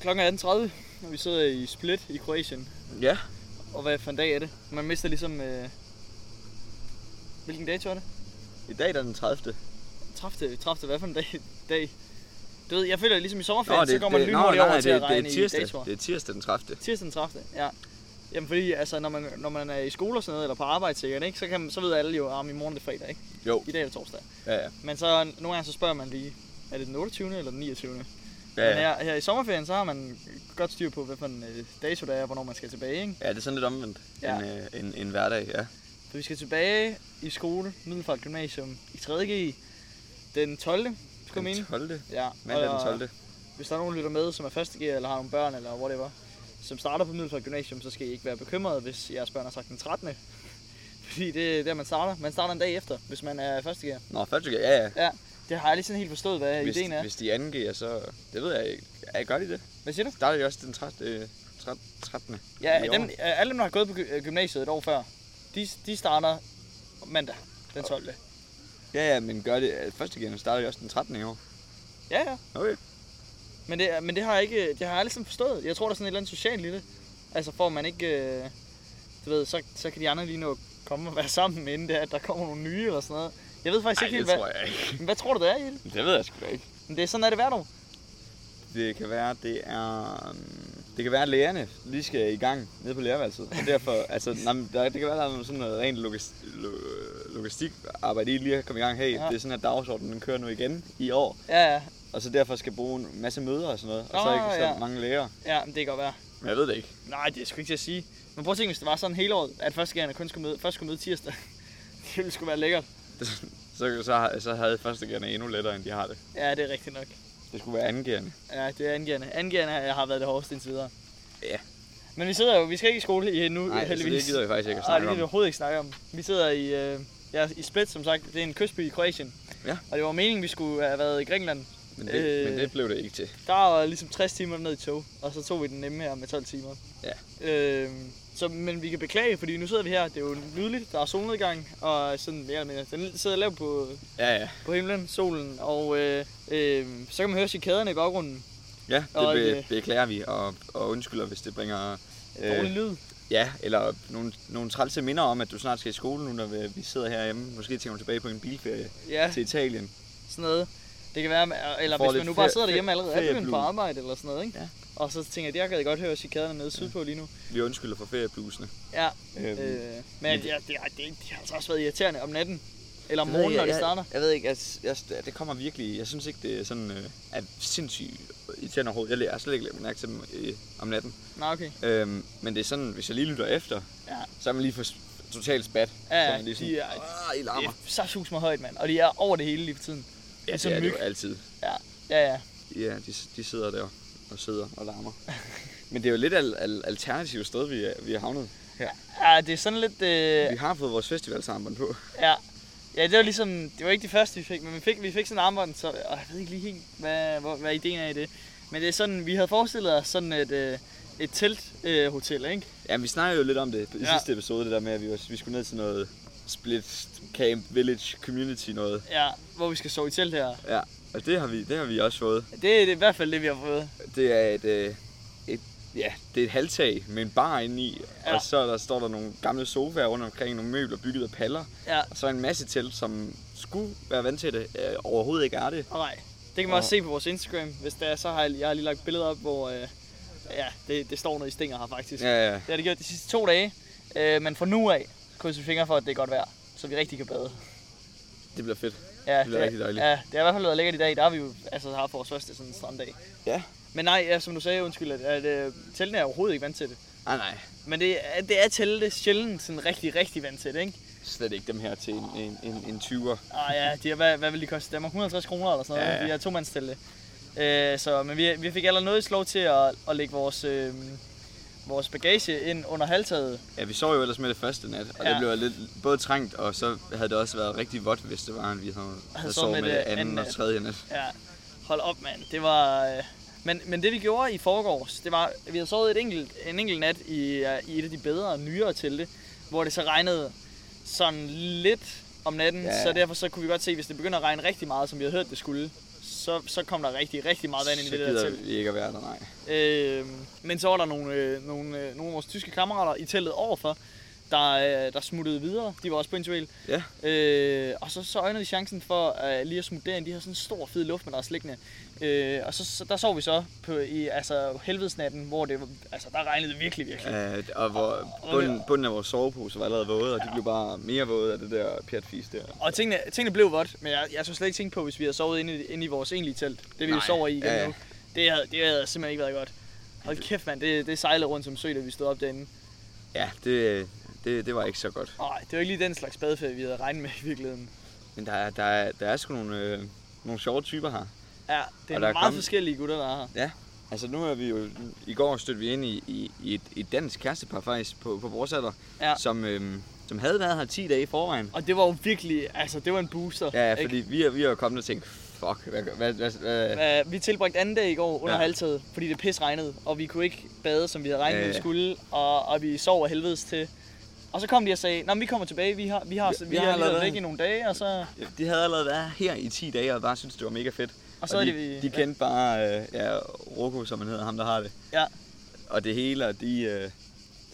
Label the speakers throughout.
Speaker 1: Klokken er 18.30, og vi sidder i Split i Kroatien.
Speaker 2: Ja.
Speaker 1: Og hvad for en dag er det? Man mister ligesom... Øh... Hvilken dato er det?
Speaker 2: I dag der er den 30.
Speaker 1: Træfte, træfte hvad for en dag? dag? Du ved, jeg føler ligesom i sommerferien,
Speaker 2: Nå,
Speaker 1: så går man
Speaker 2: nå,
Speaker 1: lynhurtigt over
Speaker 2: nej,
Speaker 1: til at
Speaker 2: det,
Speaker 1: regne
Speaker 2: det, er tirsdag.
Speaker 1: i datoer.
Speaker 2: Det er tirsdag den 30.
Speaker 1: Tirsdag den 30. Ja. Jamen fordi, altså, når man, når man er i skole og sådan noget, eller på arbejde sikkert, ikke, så, kan man, så ved alle jo, at i morgen er det fredag, ikke?
Speaker 2: Jo.
Speaker 1: I dag er det torsdag.
Speaker 2: Ja, ja.
Speaker 1: Men så nogle gange så spørger man lige, er det den 28. eller den 29. Ja.
Speaker 2: Ja,
Speaker 1: Men
Speaker 2: ja.
Speaker 1: her, her, i sommerferien, så har man godt styr på, hvad for en øh, dato der er, og hvornår man skal tilbage, ikke?
Speaker 2: ja, det er sådan lidt omvendt.
Speaker 1: Ja.
Speaker 2: En, øh, en, en hverdag, ja.
Speaker 1: Så vi skal tilbage i skole, Middelfart Gymnasium, i 3.G, den 12. Skal jeg
Speaker 2: Den
Speaker 1: mene?
Speaker 2: 12.
Speaker 1: Ja,
Speaker 2: Mandag
Speaker 1: og-
Speaker 2: den 12.
Speaker 1: hvis der er nogen, der lytter med, som er første gear, eller har nogle børn, eller whatever, som starter på Middelfart Gymnasium, så skal I ikke være bekymrede, hvis jeres børn har sagt den 13. Fordi det er der, man starter. Man starter en dag efter, hvis man er første gear.
Speaker 2: Nå, første gear, ja, ja.
Speaker 1: Det har jeg lige sådan helt forstået, hvad
Speaker 2: Hvis,
Speaker 1: ideen er.
Speaker 2: hvis de anden gear, så... Det ved jeg ikke. Ja, gør de det?
Speaker 1: Hvad siger du?
Speaker 2: Starter de også den 13. Øh, 13. 13.
Speaker 1: Ja,
Speaker 2: i år?
Speaker 1: dem, øh, alle dem, der har gået på gy- øh, gymnasiet et år før, de, de starter mandag den 12.
Speaker 2: Ja, ja, men gør det. øh, Første gear starter de også den 13. i år.
Speaker 1: Ja, ja.
Speaker 2: Okay.
Speaker 1: Men det, er- men det har jeg ikke, det har jeg aldrig sådan forstået. Jeg tror, der er sådan et eller andet socialt i det. Altså, får man ikke, øh, du ved, så, så kan de andre lige nå at komme og være sammen, inden det er, at der kommer nogle nye eller sådan noget. Jeg ved faktisk
Speaker 2: Ej,
Speaker 1: ikke helt,
Speaker 2: det
Speaker 1: hvad,
Speaker 2: tror jeg ikke.
Speaker 1: Men hvad tror du, det er i det?
Speaker 2: Det ved jeg sgu da ikke.
Speaker 1: Men det er sådan, er det hvert år.
Speaker 2: Det kan være, det er... øhm, Det kan være, at lægerne lige skal i gang nede på lærerværelset. Og derfor, altså, nej, men der, det kan være, at der er sådan noget rent logis, lo, logistikarbejde, I lige er kommet i gang. Hey,
Speaker 1: Ja.
Speaker 2: ja. det er sådan, at dagsordenen den kører nu igen i år.
Speaker 1: Ja, ja.
Speaker 2: Og så derfor skal bruge en masse møder og sådan noget. Og så
Speaker 1: Nå,
Speaker 2: er ikke så
Speaker 1: Ah, ja.
Speaker 2: mange læger.
Speaker 1: Ja, men det kan godt være.
Speaker 2: Men jeg ved det ikke.
Speaker 1: Nej, det er sgu ikke til at sige. Men prøv at tænke, hvis det var sådan hele året, at første gerne kun skulle møde, først skulle møde tirsdag. det ville sgu være lækkert.
Speaker 2: Så, så, så havde første gerne endnu lettere, end de har det.
Speaker 1: Ja, det er rigtigt nok.
Speaker 2: Det skulle være anden gerne.
Speaker 1: Ja, det er angærende. Angærende har- har været det hårdeste indtil videre.
Speaker 2: Ja.
Speaker 1: Men vi sidder jo, vi skal ikke i skole i nu,
Speaker 2: Nej, altså,
Speaker 1: heldigvis.
Speaker 2: det gider vi faktisk ikke at
Speaker 1: Nej, det
Speaker 2: snakke
Speaker 1: gider
Speaker 2: om.
Speaker 1: vi overhovedet ikke snakke om. Vi sidder i, øh, ja, i Split, som sagt. Det er en kystby i Kroatien.
Speaker 2: Ja.
Speaker 1: Og det var meningen, vi skulle have været i Grækenland.
Speaker 2: Men det,
Speaker 1: Øh.
Speaker 2: men det blev det ikke til.
Speaker 1: Der var ligesom 60 timer ned i tog, og så tog vi den nemme her med 12 timer.
Speaker 2: Ja.
Speaker 1: Øhm, så, men vi kan beklage, fordi nu sidder vi her, det er jo lydligt, der er solnedgang, og sådan mere eller mindre. Den sidder lavt på,
Speaker 2: Ja, ja.
Speaker 1: på himlen, solen, og øh, øh, så kan man høre cikaderne i baggrunden.
Speaker 2: Ja, det
Speaker 1: Og,
Speaker 2: be,
Speaker 1: øh,
Speaker 2: beklager vi og, og undskylder, hvis det bringer Øh.
Speaker 1: Dårlig lyd.
Speaker 2: Ja, eller nogle, nogle trælse minder om, at du snart skal i skole nu, når vi- vi sidder herhjemme. Måske tænker du tilbage på en bilferie
Speaker 1: Ja,
Speaker 2: til Italien.
Speaker 1: sådan noget. Det kan være, man- eller
Speaker 2: Får
Speaker 1: hvis
Speaker 2: lidt
Speaker 1: man nu bare
Speaker 2: ferie-
Speaker 1: sidder derhjemme allerede, er
Speaker 2: ferie-
Speaker 1: begyndt på
Speaker 2: blues.
Speaker 1: arbejde eller sådan noget, ikke?
Speaker 2: Ja.
Speaker 1: Og så tænker jeg, at jeg gad godt høre cikaderne nede sydpå lige nu.
Speaker 2: Vi undskylder for ferieblusene.
Speaker 1: Ja,
Speaker 2: Øhm,
Speaker 1: øh, men
Speaker 2: men-
Speaker 1: ja, det, ej, det, det har altså også været irriterende om natten. Eller om
Speaker 2: det ved
Speaker 1: morgenen, når
Speaker 2: jeg-
Speaker 1: det
Speaker 2: jeg-
Speaker 1: starter.
Speaker 2: Jeg ved ikke, altså, jeg, det kommer virkelig... Jeg synes ikke, det er sådan, øh, at sindssygt øh, irriterende overhovedet. Jeg læ- jeg har slet ikke lagt mærke til dem øh, om natten.
Speaker 1: Nej, okay.
Speaker 2: Øhm, men det er sådan, hvis jeg lige lytter efter,
Speaker 1: Ja.
Speaker 2: så er man lige for totalt spat.
Speaker 1: Ja,
Speaker 2: så er man lige sådan,
Speaker 1: de er-
Speaker 2: "Ah, I larmer.
Speaker 1: Det er så sus mig højt, mand. Og de er over det hele lige for tiden.
Speaker 2: Ja,
Speaker 1: ligesom
Speaker 2: det er det jo
Speaker 1: myg.
Speaker 2: altid.
Speaker 1: Ja, ja.
Speaker 2: Ja, de, de sidder der og sidder og larmer. men det er jo lidt al, al, alternativt sted, vi er, vi er havnet.
Speaker 1: Ja, det er sådan lidt... Øh,
Speaker 2: Vi har fået vores festivalsarmbånd på.
Speaker 1: ja. Ja, det var ligesom... Det var ikke de første, vi fik, men vi fik, vi fik sådan en armbånd, så... Og jeg ved ikke lige helt, hvad, hvor, hvad ideen er i det. Men det er sådan... Vi havde forestillet os sådan et, øh, et telthotel, øh, hotel, ikke?
Speaker 2: Ja, vi snakkede jo lidt om det i
Speaker 1: Ja.
Speaker 2: ja. sidste episode, det der med, at vi, var, vi skulle ned til noget split camp, village, community noget.
Speaker 1: Ja, hvor vi skal sove i telt her.
Speaker 2: Ja, og det har vi, det har vi også fået.
Speaker 1: Det, det er i hvert fald det, vi har fået.
Speaker 2: Det er et, øh, et ja, det er et halvtag med en bar inde i,
Speaker 1: Ja.
Speaker 2: ja. og så der står der nogle gamle sofaer rundt omkring, nogle møbler bygget af paller,
Speaker 1: Ja,
Speaker 2: og så en masse telt, som skulle være vant til det, øh, overhovedet ikke er det.
Speaker 1: og nej. Det kan man
Speaker 2: Og-
Speaker 1: også se på vores Instagram, hvis det er. Så har jeg, jeg har lige lagt billeder op, hvor... Øh, ja, det, det står noget i stænger her, faktisk.
Speaker 2: Ja, ja.
Speaker 1: Det har det gjort de sidste to dage. Øh, men fra nu af krydser vi fingre for, at det er godt vejr, så vi rigtig kan bade.
Speaker 2: det bliver fedt.
Speaker 1: Ja,
Speaker 2: Det bliver rigtig dejligt.
Speaker 1: Ja, det har i hvert fald været lækkert i dag. Der har vi jo altså, haft vores første sådan stranddag.
Speaker 2: Ja.
Speaker 1: Men nej, ja, som du sagde, undskyld, at, at, at teltene er overhovedet ikke vant til det.
Speaker 2: Nej, nej,
Speaker 1: Men det, er- det er telte sjældent sådan rigtig, rigtig vant til det, ikke?
Speaker 2: slet ikke dem her til en, en, en, en 20'er.
Speaker 1: Ah ja, de har, hvad, hvad vil de koste Danmark? 150 kroner eller sådan noget,
Speaker 2: Ja,
Speaker 1: ja.
Speaker 2: ja.
Speaker 1: de her tomandstelte. Øh, så, men vi, vi fik allerede lov til at, at lægge vores, øh, vores bagage ind under halvtaget.
Speaker 2: Ja, vi sov jo ellers med det første nat, og
Speaker 1: Ja.
Speaker 2: ja. det blev lidt både trængt, og så havde det også været rigtig vådt, hvis det var, at vi havde, havde sovet med, det anden,
Speaker 1: anden
Speaker 2: og
Speaker 1: nat.
Speaker 2: tredje nat.
Speaker 1: Ja, hold op, mand. Det var... Øh... Men, men det vi gjorde i forgårs, det var, at vi havde sovet et enkelt, en enkelt nat i, øh, i et af de bedre og nyere telte, hvor det så regnede sådan lidt om natten, ja.
Speaker 2: Ja.
Speaker 1: så derfor så kunne vi godt se, hvis det begynder at regne rigtig meget, som vi havde hørt det skulle, så, så kom der rigtig, rigtig meget vand ind i
Speaker 2: så
Speaker 1: det der
Speaker 2: gider
Speaker 1: telt.
Speaker 2: vi ikke at være der, nej.
Speaker 1: Øh, men så var der nogle, øh, nogle, øh, nogle af vores tyske kammerater i teltet overfor, der, øh, der smuttede videre. De var også på interrail.
Speaker 2: Ja.
Speaker 1: Øh, og så, så øjnede de chancen for øh, lige at smutte derind. De havde sådan en stor, fed luftmadras liggende. Øh, og så, så, der sov vi så på, i altså, helvedesnatten, hvor det, var- altså, der regnede virkelig, virkelig.
Speaker 2: Øh, og hvor bunden, bunden af vores sovepose var allerede våde, og de blev bare mere våde af det der pjatfis der.
Speaker 1: Og tingene, tingene blev vådt, men jeg, jeg så slet ikke tænke på, hvis vi havde sovet inde i, inde i vores egentlige telt. Det vi jo
Speaker 2: Nej,
Speaker 1: sover i igen
Speaker 2: ja,
Speaker 1: ja,
Speaker 2: ja.
Speaker 1: ja. nu. Det havde, det havde simpelthen ikke været godt. Hold kæft, mand. Det, det sejlede rundt som sø, da vi stod op derinde.
Speaker 2: Ja, det, det, det var ikke så godt.
Speaker 1: Nej, det var ikke lige den slags badeferie, vi havde regnet med i virkeligheden.
Speaker 2: Men der, er- der, er, der er sgu nogle, øh, nogle sjove typer her.
Speaker 1: Ja, det er
Speaker 2: Og der er
Speaker 1: meget
Speaker 2: kommet-
Speaker 1: forskellige gutter, der er her.
Speaker 2: Altså nu er vi jo, i går stødte vi ind i, i, i et, et dansk kærestepar faktisk på, på vores alder,
Speaker 1: Ja.
Speaker 2: som, øhm, som havde været her 10 dage i forvejen.
Speaker 1: Og det var jo virkelig, altså det var en booster.
Speaker 2: Ja,
Speaker 1: ikke?
Speaker 2: fordi vi er, vi er jo kommet og tænkt, fuck, hvad, hvad, hvad, hvad,
Speaker 1: Hva- Vi tilbragte anden dag i går under
Speaker 2: Ja.
Speaker 1: ja. halvtaget, fordi det pis regnede, og vi kunne ikke bade, som vi havde regnet med,
Speaker 2: Ja,
Speaker 1: vi
Speaker 2: ja.
Speaker 1: skulle, og, og vi sov af helvedes til. Og så kom de og sagde, Nå, men vi kommer tilbage, vi har, vi har, vi, vi har, lige været væk i nogle dage, og så,
Speaker 2: De havde allerede været her i 10 dage og bare syntes, det var mega fedt.
Speaker 1: og så er
Speaker 2: de,
Speaker 1: det vi...
Speaker 2: de kendte bare øh, ja, Roko, som han hedder, ham der har det.
Speaker 1: Ja.
Speaker 2: Og det hele, og de... Øh,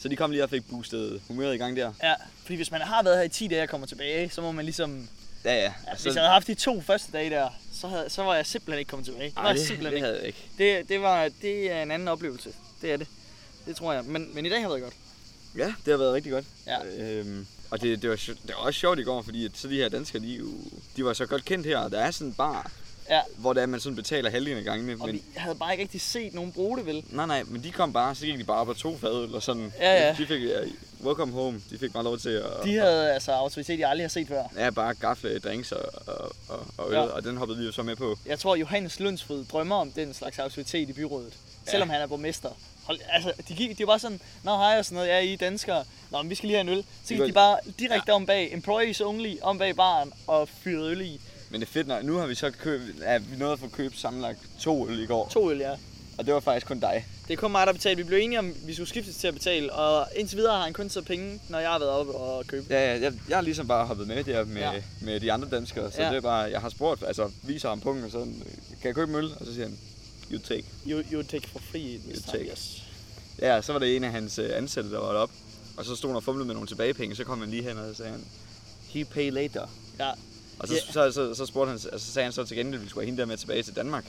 Speaker 2: så de kom lige og fik boostet humøret i gang der.
Speaker 1: Ja, fordi hvis man har været her i 10 dage og kommer tilbage, så må man ligesom...
Speaker 2: Ja, ja.
Speaker 1: Ja, hvis jeg havde haft de to første dage der, så, havde, så var jeg simpelthen ikke kommet tilbage. Det var
Speaker 2: Ej,
Speaker 1: jeg
Speaker 2: det,
Speaker 1: simpelthen
Speaker 2: det,
Speaker 1: ikke.
Speaker 2: havde jeg ikke.
Speaker 1: Det, det, var, det er en anden oplevelse. Det er det. Det tror jeg. Men, men i dag har været godt.
Speaker 2: Ja, det har været rigtig godt.
Speaker 1: Ja.
Speaker 2: Øhm, og det, det, var, sjo- det var også sjovt i går, fordi at så de her danskere, de, er jo, de var så godt kendt her, og der er sådan en bar,
Speaker 1: Ja.
Speaker 2: hvor der man sådan betaler halvdelen af gangene.
Speaker 1: Og
Speaker 2: Men,
Speaker 1: men... vi havde bare ikke rigtig set nogen bruge det, vel?
Speaker 2: Nej, nej, men de kom bare, så gik de bare på to fadøl og sådan.
Speaker 1: Ja, ja.
Speaker 2: De fik, ja, welcome home, de fik bare lov til at...
Speaker 1: De havde altså autoritet, jeg aldrig har set før.
Speaker 2: Ja, bare gafle, drinks og, og, og, og øl, ja.
Speaker 1: Ja.
Speaker 2: og den hoppede vi jo så med på.
Speaker 1: Jeg tror, Johannes Lundsfrid drømmer om den slags autoritet i byrådet. Ja. Selvom han er borgmester. Hold, altså, de, gik, de var bare sådan, Nå, hej og sådan noget, ja, I er danskere. Nå, men vi skal lige have en øl. Så gik
Speaker 2: går-
Speaker 1: de bare direkte om bag, employees only, om bag baren og fyrede øl i.
Speaker 2: Men det er fedt, når nu har vi så købt, ja, vi nåede at få købt sammenlagt to øl i går,
Speaker 1: To øl, ja.
Speaker 2: og det var faktisk kun dig.
Speaker 1: Det er kun mig, der betalte. Vi blev enige om, at vi skulle skiftes til at betale, og indtil videre har han kun taget penge, når jeg har været oppe og købe.
Speaker 2: Ja, ja, jeg, jeg har ligesom bare hoppet med der med, ja.
Speaker 1: Ja.
Speaker 2: med de andre danskere, så ja.
Speaker 1: Ja.
Speaker 2: det er bare, jeg har spurgt, altså viser ham punkten og sådan, "Øh, kan jeg købe en øl? Og så siger han, you take.
Speaker 1: You, you take for free.
Speaker 2: You
Speaker 1: this time,
Speaker 2: take.
Speaker 1: yes.
Speaker 2: Ja, så var det en af hans øh, ansatte, der var deroppe, og så stod han og fumlede med nogle tilbagepenge, så kom han lige hen og så sagde han, he pay later.
Speaker 1: Ja.
Speaker 2: Og så,
Speaker 1: Ja.
Speaker 2: yeah. så, så, så, spurgte han, altså, så sagde han så til gengæld, at vi skulle have hende der med tilbage til Danmark.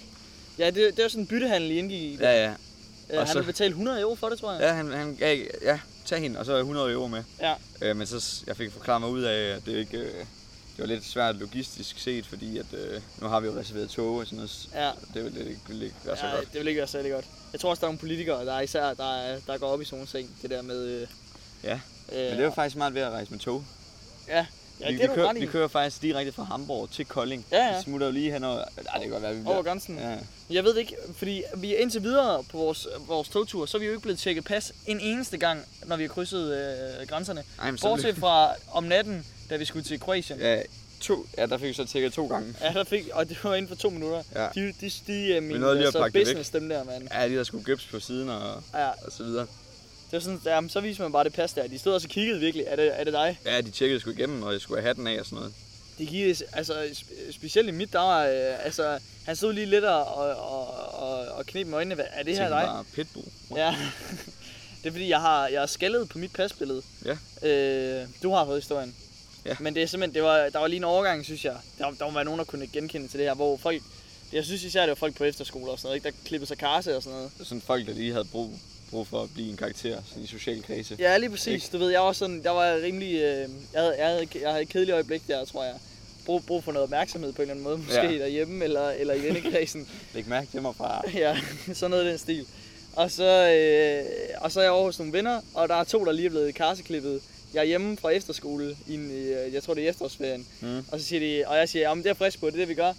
Speaker 1: Ja, det, det var sådan en byttehandel, I indgik i. Ja,
Speaker 2: Ja, ja, og
Speaker 1: han
Speaker 2: så-
Speaker 1: så... ville betale 100 euro for det, tror jeg.
Speaker 2: Ja, han, han gav, ja, tag hende, og så 100 euro med.
Speaker 1: Ja.
Speaker 2: Øh, men så s- jeg fik forklaret mig ud af, at det ikke... Øh, det var lidt svært logistisk set, fordi at, øh, nu har vi jo reserveret tog og sådan noget. s-
Speaker 1: Ja.
Speaker 2: Det ville det ikke, ville ikke være så
Speaker 1: ja,
Speaker 2: godt.
Speaker 1: det vil ikke være særlig godt. Jeg tror også, der er nogle politikere, der er især der, er- der går op i sådan nogle ting. Det der med... Øh,
Speaker 2: Ja,
Speaker 1: øh,
Speaker 2: Men det var faktisk smart ved at rejse med tog.
Speaker 1: ja, det
Speaker 2: vi,
Speaker 1: er
Speaker 2: vi,
Speaker 1: du
Speaker 2: kører,
Speaker 1: ret i.
Speaker 2: vi kører faktisk direkte fra Hamburg til Kolding.
Speaker 1: Ja, ja.
Speaker 2: Vi smutter jo lige henover... Ej, det kan godt være, vi
Speaker 1: Over grænsen.
Speaker 2: Ja.
Speaker 1: Jeg ved det ikke, fordi vi er indtil videre på vores, vores togtur, så er vi jo ikke blevet tjekket pas en eneste gang, når vi har krydset øh, grænserne.
Speaker 2: Ej, men så
Speaker 1: Bortset fra om natten, da vi skulle til Kroatien.
Speaker 2: Ja, to, ja, der fik vi så tækket to gange.
Speaker 1: Ja, der fik, og det var inden for to minutter.
Speaker 2: Ja.
Speaker 1: De, de, de, de min
Speaker 2: nåede lige at
Speaker 1: altså,
Speaker 2: pakke det væk.
Speaker 1: business, dem der, mand.
Speaker 2: Ja, de der skulle gyps på siden og,
Speaker 1: Ja,
Speaker 2: og så videre.
Speaker 1: det var sådan, jamen, så viser man bare det pas der. De stod også og kiggede virkelig, er det, er det dig?
Speaker 2: Ja, de tjekkede sgu igennem, og jeg skulle have hatten af og sådan noget.
Speaker 1: De kiggede, altså spe- specielt i mit, der var, øh, altså, han stod lige lidt og, og, og, og, og knep med øjnene, Hvad- er det her
Speaker 2: Tænkte
Speaker 1: dig?
Speaker 2: Bare, pitbull.
Speaker 1: Ja. det er fordi, jeg har, jeg har skaldet på mit pasbillede.
Speaker 2: Ja.
Speaker 1: Øh, du har fået historien.
Speaker 2: Ja.
Speaker 1: Men det er simpelthen, det var, der var lige en overgang, synes jeg. Der, der må være nogen, der kunne genkende til det her, hvor folk... Jeg synes især, det var folk på efterskole og sådan noget, ikke? der klippede sig karse og sådan noget.
Speaker 2: sådan folk, der lige havde brug, brug for at blive en karakter sådan i social kredse.
Speaker 1: Ja, lige præcis. Du ved, jeg var sådan, der var rimelig, øh, jeg, havde, jeg, havde, jeg havde et kedeligt øjeblik der, tror jeg. Brug, brug for noget opmærksomhed på en eller anden måde, måske
Speaker 2: Ja.
Speaker 1: ja. derhjemme eller, eller i vennekredsen.
Speaker 2: Læg mærke til mig, far.
Speaker 1: ja, sådan noget i den stil. Og så, øh, og så er jeg over hos nogle venner, og der er to, der lige er blevet karseklippet. Jeg er hjemme fra efterskole, i en, øh, jeg tror det er i efterårsferien.
Speaker 2: Mm.
Speaker 1: Og så siger de, og jeg siger, jamen det er jeg frisk på, det er det vi gør.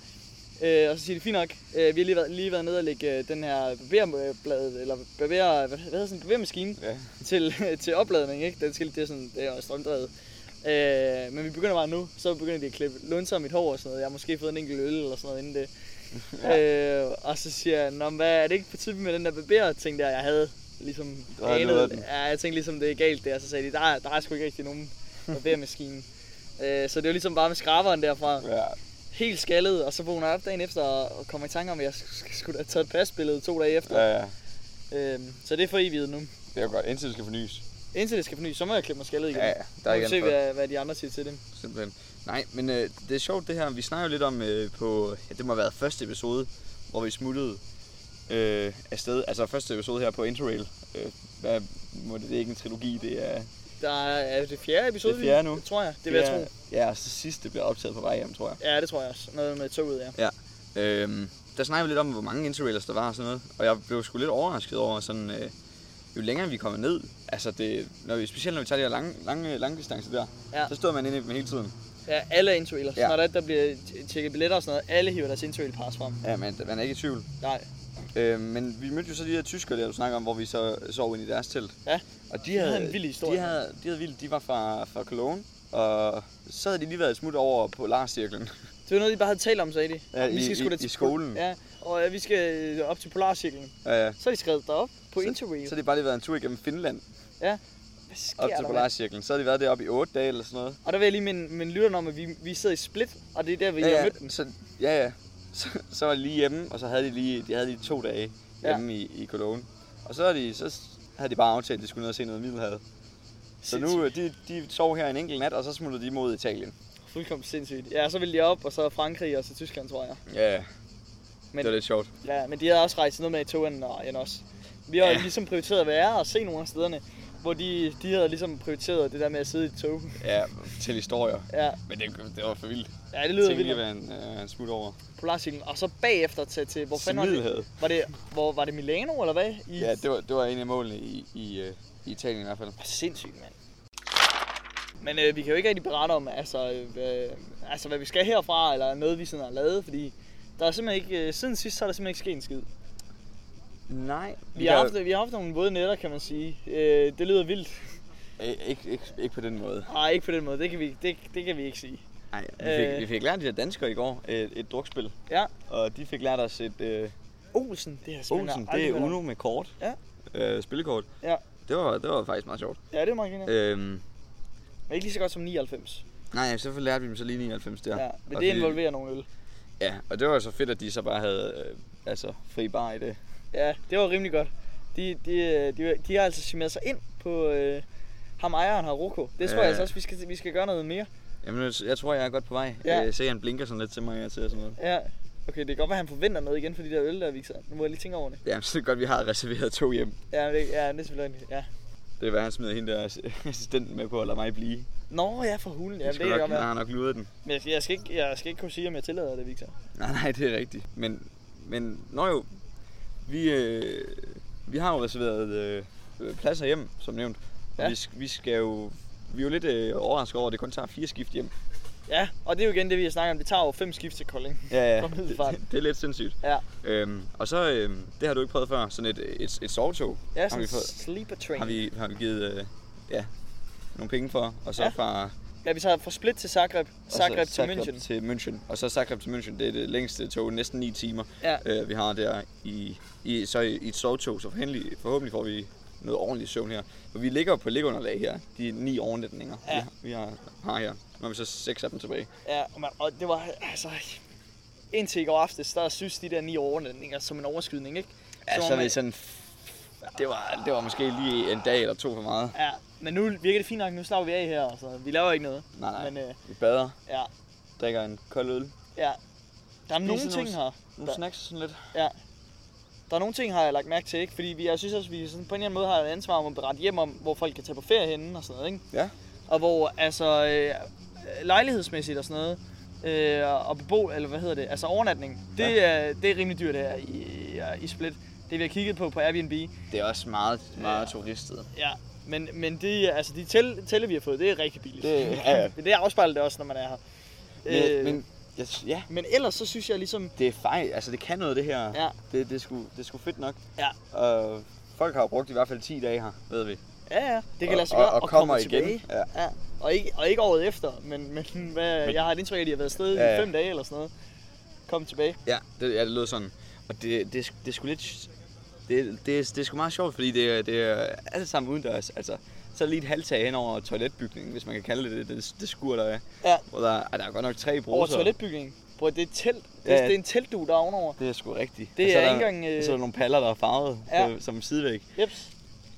Speaker 1: Øh, og så siger de, fint nok, øh, vi har lige været, lige været nede og lægge øh, den her barberbladet, eller barber, hvad hedder sådan en barbermaskine,
Speaker 2: Ja.
Speaker 1: til, til opladning, ikke? Den skal, det er sådan, det er strømdrevet. Øh, men vi begynder bare nu, så begynder de at klippe lunser om mit hår og sådan noget. Jeg har måske fået en enkelt øl eller sådan noget inden det. øh, og så siger jeg, Nå, men hvad er det ikke på tide med den der barber ting der, jeg havde ligesom
Speaker 2: Du havde lovet den.
Speaker 1: Ja, jeg tænkte ligesom, det er galt der, så sagde de, der, er- der er sgu ikke rigtig nogen barbermaskine. øh, så det var ligesom bare med skraberen derfra.
Speaker 2: ja.
Speaker 1: helt skaldet, og så vågner jeg op dagen efter og og kommer i tanke om, at jeg sk- skulle da have taget et pasbillede to dage efter. Ja.
Speaker 2: Ja, ja.
Speaker 1: Øhm, så det er for evigt nu.
Speaker 2: Det er jo godt, indtil det skal fornyes.
Speaker 1: Indtil det skal fornyes, så må jeg klippe mig skaldet igen.
Speaker 2: Ja, ja. Der
Speaker 1: Nu må
Speaker 2: er
Speaker 1: vi
Speaker 2: ikke
Speaker 1: se,
Speaker 2: andet for.
Speaker 1: hvad, hvad de andre siger til det.
Speaker 2: Simpelthen. Nej, men øh, det er sjovt det her. Vi snakker jo lidt om øh, på, ja, det må have været første episode, hvor vi smuttede øh, afsted. Altså første episode her på Interrail. Øh, hvad, må det, det er ikke en trilogi, det er...
Speaker 1: Der er, er det fjerde episode,
Speaker 2: Det er fjerde nu.
Speaker 1: vi- tror jeg. Det vil jeg tro.
Speaker 2: Ja, og så sidste bliver optaget på vej hjem, tror jeg.
Speaker 1: Ja, det tror jeg også. Noget med toget, ja.
Speaker 2: Øhm, der snakkede vi lidt om, hvor mange interrailers der var og sådan noget. Og jeg blev sgu lidt overrasket over sådan... Øh, jo længere vi kommer ned, altså det, når vi, specielt når vi tager de her lange, lange, lange distancer der,
Speaker 1: Ja.
Speaker 2: så stod man inde i dem hele tiden.
Speaker 1: Ja, alle er interrailers.
Speaker 2: Ja.
Speaker 1: Ja. Når der, der bliver t- tjekket billetter og sådan noget, alle hiver deres interrail pass frem.
Speaker 2: Ja, man, man er ikke i tvivl.
Speaker 1: Nej.
Speaker 2: Øh, men vi mødte jo så de her tyskere der, du snakker om, hvor vi så sov ind i deres telt.
Speaker 1: Ja.
Speaker 2: Og de
Speaker 1: De
Speaker 2: havde,
Speaker 1: havde en vild historie.
Speaker 2: De havde, de havde vildt, de var fra, fra Cologne, og så havde de lige været et smut over på Larscirklen.
Speaker 1: Det var noget, de bare havde talt om, sagde de.
Speaker 2: Ja,
Speaker 1: vi
Speaker 2: i-
Speaker 1: skal sgu
Speaker 2: i-
Speaker 1: da
Speaker 2: i skolen.
Speaker 1: Ja, og ja, vi skal øh, op til Polarcirklen.
Speaker 2: Øh,
Speaker 1: Så har de skrevet derop på
Speaker 2: Så-
Speaker 1: interrail.
Speaker 2: så har de bare lige været en tur igennem Finland,
Speaker 1: Ja. Hvad sker
Speaker 2: op
Speaker 1: der,
Speaker 2: til
Speaker 1: mand?
Speaker 2: Polarcirklen. Så har de været deroppe i 8 dage eller sådan noget.
Speaker 1: Og der vil jeg lige minde, minde lytterne om, at vi, vi sidder i Split, og det er der, vi ja, har mødt dem.
Speaker 2: så, ja, ja. Så, så var de lige hjemme, og så havde de lige de havde lige to dage
Speaker 1: Ja.
Speaker 2: hjemme i, i Cologne. Og så, er de, så havde de bare aftalt, at de skulle ned og se noget Middelhavet. Så nu, øh, de, de sov her en enkelt nat, og så smuttede de mod Italien.
Speaker 1: Fuldkommen sindssygt. Ja, så ville de op, og så Frankrig og så Tyskland, tror jeg.
Speaker 2: Ja,
Speaker 1: Men-
Speaker 2: lidt sjovt.
Speaker 1: Ja, men de havde også rejst noget med i togenden og end os. Vi har
Speaker 2: Ja.
Speaker 1: ja. ligesom prioriteret at være og se nogle af stederne, hvor de, de havde ligesom prioriteret det der med at sidde i et tog.
Speaker 2: Ja, til historier.
Speaker 1: Ja,
Speaker 2: Men det, det var for vildt.
Speaker 1: ja det
Speaker 2: Det
Speaker 1: lyder
Speaker 2: tænkte jeg
Speaker 1: vildt.
Speaker 2: være en, øh, en smut over.
Speaker 1: Polarcyklen. Og så bagefter tage til, hvor
Speaker 2: Til
Speaker 1: fanden var det?
Speaker 2: Middelhavet.
Speaker 1: Var det, hvor, var det Milano eller hvad? I...
Speaker 2: Ja, det var, det var en af målene i, i, øh, i Italien i hvert fald.
Speaker 1: Sindssygt, mand. Men øh, vi kan jo ikke rigtig berette om, altså, øh, altså, hvad vi skal herfra, eller noget, vi sådan har lavet, fordi der er simpelthen ikke, øh, siden sidst, så er der simpelthen ikke sket en skid.
Speaker 2: Nej.
Speaker 1: Vi har, haft, vi har haft nogle våde netter, kan man sige. Øh, det lyder vildt.
Speaker 2: Ikke, ikke, ikke på den måde.
Speaker 1: Nej, ikke på den måde. Det kan vi, det, det kan vi ikke sige.
Speaker 2: Nej, vi fik,
Speaker 1: Øh.
Speaker 2: vi fik lært de der danskere i går et, et drukspil.
Speaker 1: Ja.
Speaker 2: Og de fik lært os et øh,
Speaker 1: Olsen, det er
Speaker 2: Olsen, det er Uno med kort.
Speaker 1: Ja.
Speaker 2: Øh, spillekort.
Speaker 1: Ja.
Speaker 2: Det var, det var faktisk meget sjovt.
Speaker 1: Ja, det er meget genialt.
Speaker 2: Øhm,
Speaker 1: Men ikke lige så godt som 99.
Speaker 2: nej, så lærte vi dem så lige 99 der.
Speaker 1: Ja, ja men
Speaker 2: Og
Speaker 1: det involverer nogle øl.
Speaker 2: Ja, og det var jo så fedt, at de så bare havde øh, altså, fri bar i det.
Speaker 1: Ja, det var rimelig godt. De, de, øh, de, de har altså simmet sig ind på øh, ham ejeren her, Roko. Det tror
Speaker 2: Ja.
Speaker 1: jeg altså også, vi skal, vi skal gøre noget mere.
Speaker 2: Jamen, jeg- jeg tror, jeg er godt på vej.
Speaker 1: Ja.
Speaker 2: Ja. Øh, se, han blinker sådan lidt til mig, jeg ser sådan noget.
Speaker 1: Ja, okay, det kan godt være, han forventer noget igen for de der øl, der vi så. Nu må jeg lige tænke over det.
Speaker 2: Ja, så er det godt, vi har reserveret to hjem.
Speaker 1: Ja, det, ja, det er selvfølgelig rigtigt, ja.
Speaker 2: Det er hvad han smider hende der ass- assistenten med på at lade mig blive.
Speaker 1: Nå, ja, for hulen. Ja, det
Speaker 2: skulle
Speaker 1: kan
Speaker 2: nok,
Speaker 1: godt
Speaker 2: han
Speaker 1: være.
Speaker 2: har nok luret den.
Speaker 1: Men jeg, jeg, skal ikke, jeg skal ikke kunne sige, om jeg tillader det, Victor.
Speaker 2: Nej, nej, det er rigtigt. Men, men når jo, vi, øh, vi har jo reserveret øh, øh, pladser hjem, som nævnt. Og
Speaker 1: Ja.
Speaker 2: vi, sk- vi skal jo, vi er jo lidt øh, overrasket over, at det kun tager fire skift hjem.
Speaker 1: Ja, og det er jo igen det, vi har snakket om. Det tager jo fem skift til Kolding.
Speaker 2: Ja, ja.
Speaker 1: Fra
Speaker 2: Det,
Speaker 1: Middelfart.
Speaker 2: det er lidt sindssygt.
Speaker 1: Ja,
Speaker 2: Øhm, og så, øh, det har du ikke prøvet før, sådan et, et, et sovetog.
Speaker 1: ja
Speaker 2: har
Speaker 1: sådan
Speaker 2: vi
Speaker 1: en
Speaker 2: fået,
Speaker 1: sleeper train.
Speaker 2: har vi, har vi givet øh, ja, nogle penge for, og så
Speaker 1: Ja.
Speaker 2: fra
Speaker 1: Ja, vi tager fra Split til Zagreb, Zagreb
Speaker 2: og så
Speaker 1: til München.
Speaker 2: til München. Og så Zagreb til München, det er det længste tog, næsten 9 timer,
Speaker 1: Ja.
Speaker 2: øh, vi har der i, i, så i, i et sovtog, så forhåbentlig, forhåbentlig får vi noget ordentligt søvn her. For vi ligger jo på liggeunderlag her, de ni overnatninger,
Speaker 1: Ja.
Speaker 2: vi, har- vi har, har her. Nu har vi så seks af dem tilbage.
Speaker 1: Ja, og, man, og det var altså... Indtil i går aftes, der synes de der ni overnatninger som en overskydning, ikke?
Speaker 2: Ja,
Speaker 1: var
Speaker 2: så er
Speaker 1: man-
Speaker 2: det sådan... Det var, det var måske lige en dag eller to for meget.
Speaker 1: Ja, men nu virker det fint nok, nu slapper vi af her, altså. Vi laver ikke noget.
Speaker 2: Nej, nej.
Speaker 1: Men øh,
Speaker 2: Vi bader,
Speaker 1: ja,
Speaker 2: drikker en kold øl,
Speaker 1: ja. Der er nogle
Speaker 2: sådan
Speaker 1: ting her.
Speaker 2: nogle
Speaker 1: Der-
Speaker 2: snacks sådan lidt.
Speaker 1: Ja. Der er nogle ting, har jeg lagt mærke til, ikke? Fordi vi, jeg synes også, vi sådan på en eller anden måde har et ansvar om at berette hjem om, hvor folk kan tage på ferie henne og sådan noget, ikke?
Speaker 2: Ja.
Speaker 1: Og hvor, altså, øh, lejlighedsmæssigt og sådan noget, øh, og bebo, eller hvad hedder det, altså overnatning, det, ja. er, det er rimelig dyrt her i, i Split. Det vi har kigget på på Airbnb.
Speaker 2: Det er også meget, meget turistet.
Speaker 1: Ja. Men, men de, altså, de tælle, tælle, vi har fået, det er rigtig billigt.
Speaker 2: Det- ja, ja.
Speaker 1: Men det afspejler det også, når man er her. Øh.
Speaker 2: Men, men jeg, ja,
Speaker 1: men ellers så synes jeg ligesom,
Speaker 2: det er fejl, altså det kan noget det her.
Speaker 1: Ja.
Speaker 2: Det, det, er sgu, det er sgu fedt nok.
Speaker 1: ja,
Speaker 2: Og folk har jo brugt i hvert fald 10 dage her, ved vi.
Speaker 1: Ja, ja. Det kan
Speaker 2: Og-
Speaker 1: lade sig
Speaker 2: og-
Speaker 1: gøre
Speaker 2: og
Speaker 1: at
Speaker 2: kommer
Speaker 1: komme
Speaker 2: igen.
Speaker 1: tilbage. Ja. ja. Og, ikke, og ikke året efter, men, men, hvad,
Speaker 2: Men-
Speaker 1: men jeg har et indtryk af, at de har været afsted
Speaker 2: Ja,
Speaker 1: ja,
Speaker 2: ja.
Speaker 1: i fem dage eller sådan noget. Kom tilbage.
Speaker 2: Ja, det, ja, det lød sådan. Og det, det, er sgu- det er sgu lidt... Det, det, er, det er sgu meget sjovt, fordi det, er- det er alt sammen udendørs. Altså, så er der lige et halvtag hen over toiletbygningen, hvis man kan kalde det det, det, det skur, der er.
Speaker 1: Ja.
Speaker 2: Hvor der, er, der er godt nok tre bruser.
Speaker 1: Over toiletbygningen. Prøv at det er et telt. Det,
Speaker 2: Ja,
Speaker 1: ja.
Speaker 2: ja.
Speaker 1: det er en teltdu, der er ovenover.
Speaker 2: Det er sgu rigtigt.
Speaker 1: Det
Speaker 2: Og så
Speaker 1: er
Speaker 2: der,
Speaker 1: ikke engang, øh,
Speaker 2: og Så er der nogle paller, der er farvet
Speaker 1: Ja.
Speaker 2: ja. på, som sidevæg.
Speaker 1: Jeps.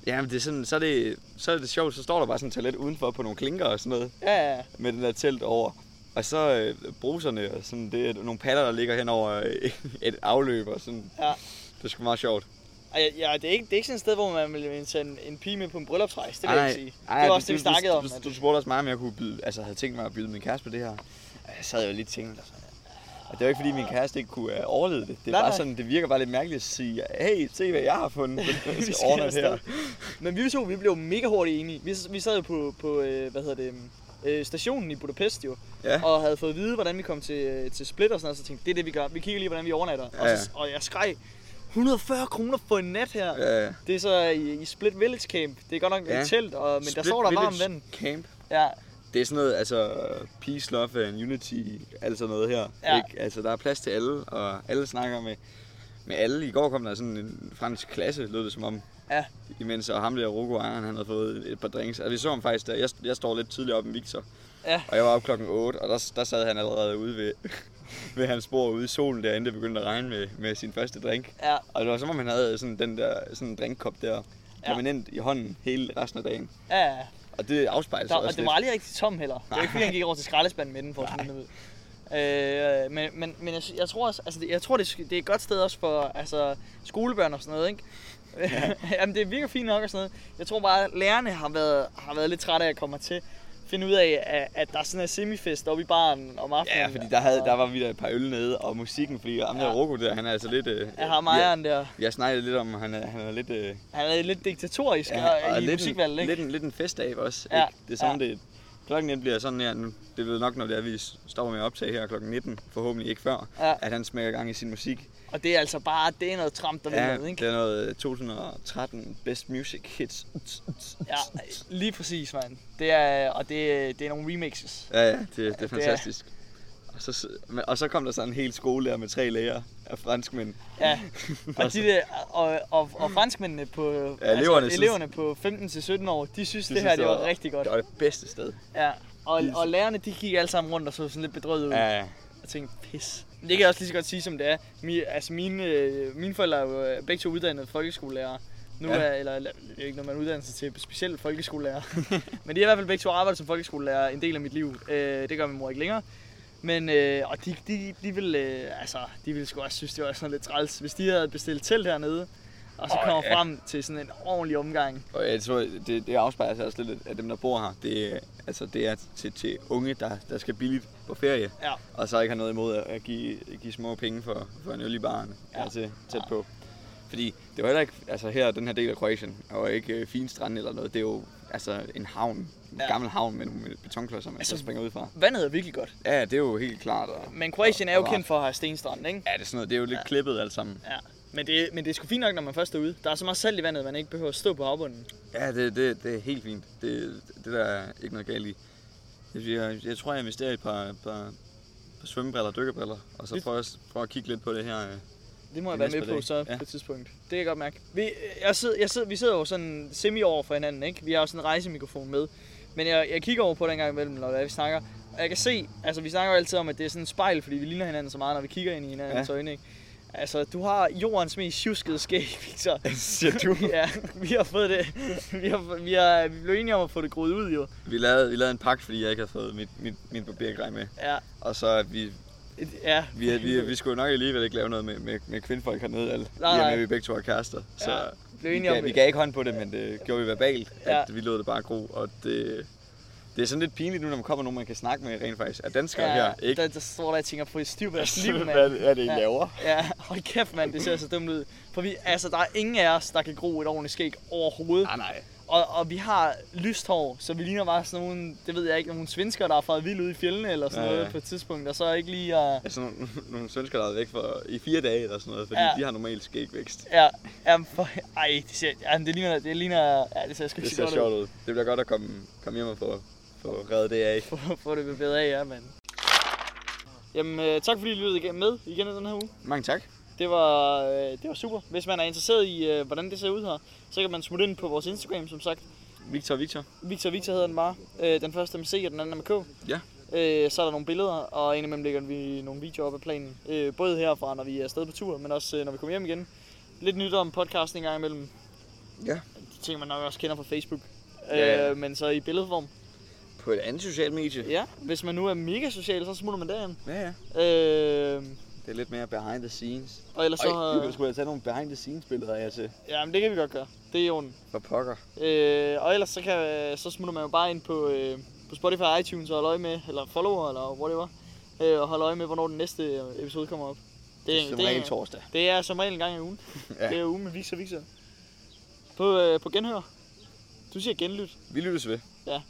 Speaker 2: Ja, men det er sådan, så er det, så er det sjovt, så står der bare sådan et toilet udenfor på nogle klinker og sådan noget,
Speaker 1: Ja, ja, ja.
Speaker 2: med den der telt over. Og så øh, bruserne, og sådan, det er nogle paller, der ligger hen over øh, et afløb, og sådan.
Speaker 1: Ja.
Speaker 2: Det er sgu meget sjovt.
Speaker 1: Ej, ja, det er, ikke, det er ikke sådan et sted, hvor man vil sende en pige med på en bryllupsrejse, det vil
Speaker 2: Ej,
Speaker 1: jeg ikke sige. det var også det, vi
Speaker 2: du-
Speaker 1: snakkede
Speaker 2: du,
Speaker 1: om.
Speaker 2: Du,
Speaker 1: at-
Speaker 2: du, du spurgte også mig, om jeg kunne byde, altså, havde tænkt mig at byde min kæreste på det her. Og Jeg sad jo lidt tænkt. Altså. Og det var ikke, fordi min kæreste ikke kunne øh, overleve det. Det, er
Speaker 1: Nej,
Speaker 2: bare
Speaker 1: nej.
Speaker 2: sådan, det virker bare lidt mærkeligt at sige, hey, se hvad jeg har fundet.
Speaker 1: Vi
Speaker 2: Jeg skal
Speaker 1: skal
Speaker 2: ordne det
Speaker 1: afsted.
Speaker 2: her.
Speaker 1: Men vi to, vi blev mega hurtigt enige. Vi, vi sad jo på, på øh, hvad hedder det, øh, stationen i Budapest jo,
Speaker 2: Ja.
Speaker 1: og havde fået at vide, hvordan vi kom til, øh, til Split og sådan noget, så tænkte, det er det, vi gør. Vi kigger lige, hvordan vi overnatter.
Speaker 2: Ja,
Speaker 1: Og,
Speaker 2: ja.
Speaker 1: så, og jeg skreg, 140 kroner for en nat her.
Speaker 2: Ja, ja.
Speaker 1: Det er så i, i Split Village Camp. Det er godt nok ja.
Speaker 2: Ja.
Speaker 1: et telt, og, men der
Speaker 2: Split
Speaker 1: står der varmt
Speaker 2: Village
Speaker 1: vand.
Speaker 2: Camp.
Speaker 1: Ja,
Speaker 2: Det er sådan noget, altså peace, love and unity, alt sådan noget her.
Speaker 1: Ja.
Speaker 2: Ikke? Altså, der er plads til alle, og alle snakker med, med alle. I går kom der sådan en fransk klasse, lød det som om.
Speaker 1: ja,
Speaker 2: Imens, og ham der Roko Ejeren, han havde fået et par drinks. Og vi så ham faktisk der. Jeg, jeg står lidt tidligere op end Victor.
Speaker 1: ja.
Speaker 2: Og jeg var op klokken 8, og der, der sad han allerede ude ved, ved hans bord ude i solen derinde, det begyndte at regne med, med sin første drink.
Speaker 1: Ja.
Speaker 2: Og det var som om, han havde sådan den der sådan en drinkkop der permanent i hånden hele resten af dagen.
Speaker 1: ja. ja.
Speaker 2: Og det
Speaker 1: Der,
Speaker 2: afspejler sig
Speaker 1: og
Speaker 2: Altså, også
Speaker 1: det var aldrig rigtig tom heller. Det er ikke fordi, han gik over til skraldespanden med den for at smide den ud. Øh, men, men, men jeg, sy- jeg tror også, altså det, jeg tror, det, er sk- det er et godt sted også for altså, skolebørn og sådan noget, ikke? Ja. Jamen, det virker fint nok og sådan noget. Jeg tror bare, at lærerne har været, har været lidt trætte af at komme til finde ud af, at, at der er sådan en semifest oppe i baren om aftenen.
Speaker 2: Ja, fordi der, havde, der var vi der et par øl nede, og musikken, fordi ham der
Speaker 1: Ja.
Speaker 2: Roko der, han er altså lidt... Øh,
Speaker 1: Jeg har Majeren der.
Speaker 2: Jeg, jeg snakkede lidt om, han er, han er lidt... Øh,
Speaker 1: Han er lidt diktatorisk
Speaker 2: og
Speaker 1: ja, i
Speaker 2: lidt, en,
Speaker 1: musikvalget, ikke?
Speaker 2: lidt, en, lidt en festdag også.
Speaker 1: Ja,
Speaker 2: Ikke? Det er sådan,
Speaker 1: ja.
Speaker 2: ja. det klokken den bliver sådan her nu. Det ved nok, når det er, vi stopper med at optage her klokken 19, forhåbentlig ikke før,
Speaker 1: Ja.
Speaker 2: at han smækker gang i sin musik.
Speaker 1: Og det er altså bare, det er noget tramp, der ja,
Speaker 2: Ja,
Speaker 1: ved, ikke?
Speaker 2: det er noget øh, 2013 Best Music Hits.
Speaker 1: Ja, lige præcis, mand. Det er, og det, det er nogle remixes.
Speaker 2: Ja, ja, det, det er fantastisk. Og så, men- og så kom der sådan en hel skolelærer med tre læger af franskmænd.
Speaker 1: Ja, og,
Speaker 2: Altså.
Speaker 1: de der, og, og, og franskmændene på, ja,
Speaker 2: eleverne
Speaker 1: altså,
Speaker 2: synes-
Speaker 1: eleverne på 15-17 år, de synes,
Speaker 2: De
Speaker 1: de det her
Speaker 2: synes,
Speaker 1: det var rigtig godt.
Speaker 2: Det var det bedste sted.
Speaker 1: Ja. Og, og lærerne, de gik alle sammen rundt og så sådan lidt bedrøvet ud.
Speaker 2: Ja, ja.
Speaker 1: Jeg tænkte, pis. Men det kan jeg også lige så godt sige, som det er. Mi, altså mine, øh, mine forældre er jo øh, begge to uddannede folkeskolelærere. Nu
Speaker 2: Ja.
Speaker 1: er, eller, eller det er ikke noget, man uddanner sig til, specielt folkeskolelærer. Men de har i hvert fald begge to arbejdet som folkeskolelærer en del af mit liv. Øh, det gør min mor ikke længere. Men øh, og de, de, de ville, øh, altså, de ville sgu også synes, det var sådan lidt træls, hvis de havde bestilt telt hernede, og så
Speaker 2: Åh,
Speaker 1: kommer
Speaker 2: ja.
Speaker 1: frem til sådan en ordentlig omgang.
Speaker 2: Og jeg tror, det, det afspejler sig også lidt, at dem, der bor her, det, er- altså, det er til, til unge, der, der skal billigt på ferie.
Speaker 1: Ja.
Speaker 2: Og så ikke har noget imod at- at give, give små penge for, for en øl i baren
Speaker 1: Ja.
Speaker 2: ja. til, tæt på. Fordi det var heller ikke, altså her, den her del af Kroatien, og ikke øh, fin strand eller noget, det er jo altså en havn, en
Speaker 1: Ja.
Speaker 2: ja. gammel havn med nogle betonklodser, man
Speaker 1: Altså-
Speaker 2: altså, springer ud fra.
Speaker 1: Vandet er virkelig godt,
Speaker 2: Ja, det er jo helt klart. Og,
Speaker 1: men Kroatien er jo
Speaker 2: og-
Speaker 1: kendt for at have stenstrand, ikke?
Speaker 2: Ja, det er, sådan noget, det er jo lidt
Speaker 1: Ja.
Speaker 2: ja. klippet alt sammen.
Speaker 1: Ja, men det, men det er sgu fint nok, når man først er ude. Der er så meget salt i vandet, at man ikke behøver at stå på havbunden.
Speaker 2: Ja, det, det, det er helt fint. Det, det der er ikke noget galt i. Jeg, jeg, jeg tror, jeg investerer i et par, par, par svømmebriller og dykkerbriller, og så
Speaker 1: Vi-
Speaker 2: prøver jeg s- prøver at kigge lidt på det her. øh.
Speaker 1: Det må jeg
Speaker 2: Det
Speaker 1: være
Speaker 2: næste
Speaker 1: med på
Speaker 2: dag.
Speaker 1: så ja.
Speaker 2: Ja.
Speaker 1: på et tidspunkt. Det kan jeg godt mærke. Vi, jeg sidder, jeg sidder, vi sidder jo sådan semi over for hinanden, ikke? Vi har jo sådan en rejsemikrofon med. Men jeg, jeg kigger over på den gang imellem, når det er, vi snakker. Og jeg kan se, altså vi snakker jo altid om, at det er sådan et spejl, fordi vi ligner hinanden så meget, når vi kigger ind i hinandens ja.
Speaker 2: Ja.
Speaker 1: øjne, ikke? Altså, du har jordens mest tjuskede skæg, Victor.
Speaker 2: Siger du?
Speaker 1: ja, vi har fået det. Vi, har, vi, har, vi blev enige om at få det groet ud, jo.
Speaker 2: Vi lavede, vi lavede en pagt, fordi jeg ikke havde fået mit, mit, min barbergrej med.
Speaker 1: Ja,
Speaker 2: Og så at vi,
Speaker 1: et- ja.
Speaker 2: vi, vi, vi skulle nok alligevel ikke lave noget med, med, med kvindfolk hernede, alle.
Speaker 1: Nej,
Speaker 2: Nej, nej.
Speaker 1: nej.
Speaker 2: Med, at vi begge to er kærester. Så
Speaker 1: Ja,
Speaker 2: ja,
Speaker 1: blev
Speaker 2: vi,
Speaker 1: enige om
Speaker 2: gav, vi
Speaker 1: det.
Speaker 2: gav ikke hånd på det, men det gjorde vi verbalt,
Speaker 1: Ja.
Speaker 2: ja. at vi lod det bare gro. Og det, det er sådan lidt pinligt nu, når man kommer nogen, man kan snakke med rent faktisk. Er danskere ja, her, ikke?
Speaker 1: Der, der står der, jeg tænker, på i stiv på jeres liv,
Speaker 2: Hvad er
Speaker 1: mand.
Speaker 2: det, er det I
Speaker 1: Ja.
Speaker 2: laver?
Speaker 1: Ja, hold kæft, mand, det ser så dumt ud. For vi, altså, der er ingen af os, der kan gro et ordentligt skæg overhovedet.
Speaker 2: Nej, nej.
Speaker 1: Og, og vi har lyst hår, så vi ligner bare sådan nogle, det ved jeg ikke, nogle svensker, der har faret vildt ud i fjellene eller sådan
Speaker 2: Ja,
Speaker 1: ja,
Speaker 2: ja.
Speaker 1: noget på et tidspunkt, og så ikke lige øh, er...
Speaker 2: Altså nogle, nogle svensker, der har været væk for, i fire dage eller sådan noget, fordi
Speaker 1: Ja.
Speaker 2: ja. de har normalt skægvækst.
Speaker 1: Ja, jamen for, ej, det, ser, jamen det ligner, det ligner, ja, det ser sgu
Speaker 2: Det
Speaker 1: ikke
Speaker 2: ser
Speaker 1: godt
Speaker 2: sjovt
Speaker 1: ud.
Speaker 2: ud. Det bliver godt at komme, komme hjem og få, få reddet det af.
Speaker 1: Få- Få det bevæget af, ja, mand. Jamen, øh, tak fordi I lyttede igen- med igen i den her uge.
Speaker 2: Mange tak.
Speaker 1: Det var, øh, det var super. Hvis man er interesseret i, øh, hvordan det ser ud her, så kan man smutte ind på vores Instagram, som sagt.
Speaker 2: Victor og Victor.
Speaker 1: Victor Victor hedder den bare. Øh, den første er med C, og den anden er med K.
Speaker 2: Ja.
Speaker 1: Øh, så er der nogle billeder, og indimellem lægger vi nogle videoer op af planen. Øh, både herfra, når vi er afsted på tur, men også øh, når vi kommer hjem igen. Lidt nyt om podcasten en gang imellem.
Speaker 2: Ja.
Speaker 1: De ting, man nok også kender fra Facebook.
Speaker 2: Ja, ja.
Speaker 1: Øh, men så i billedform.
Speaker 2: På et andet socialt medie.
Speaker 1: Ja, hvis man nu er mega social, så smutter man derhen.
Speaker 2: Ja, ja.
Speaker 1: Øh,
Speaker 2: Det er lidt mere behind the scenes.
Speaker 1: og ellers så...
Speaker 2: Øj, vi kunne sgu have taget nogle behind the scenes billeder af jer til.
Speaker 1: Ja, men det kan vi godt gøre. Det er i orden.
Speaker 2: For pokker.
Speaker 1: Øh, og ellers så, kan, så smutter man jo bare ind på, øh, på Spotify og iTunes og holde øje med, eller follower eller whatever, øh, og holde øje med, hvornår den næste øh, episode kommer op.
Speaker 2: Det er som regel
Speaker 1: det, er,
Speaker 2: torsdag.
Speaker 1: det er som regel en gang i ugen.
Speaker 2: Ja.
Speaker 1: ja. Det er ugen med Victor Victor. På, øh, på genhør. Du siger genlyt.
Speaker 2: Vi lyttes ved.
Speaker 1: Ja.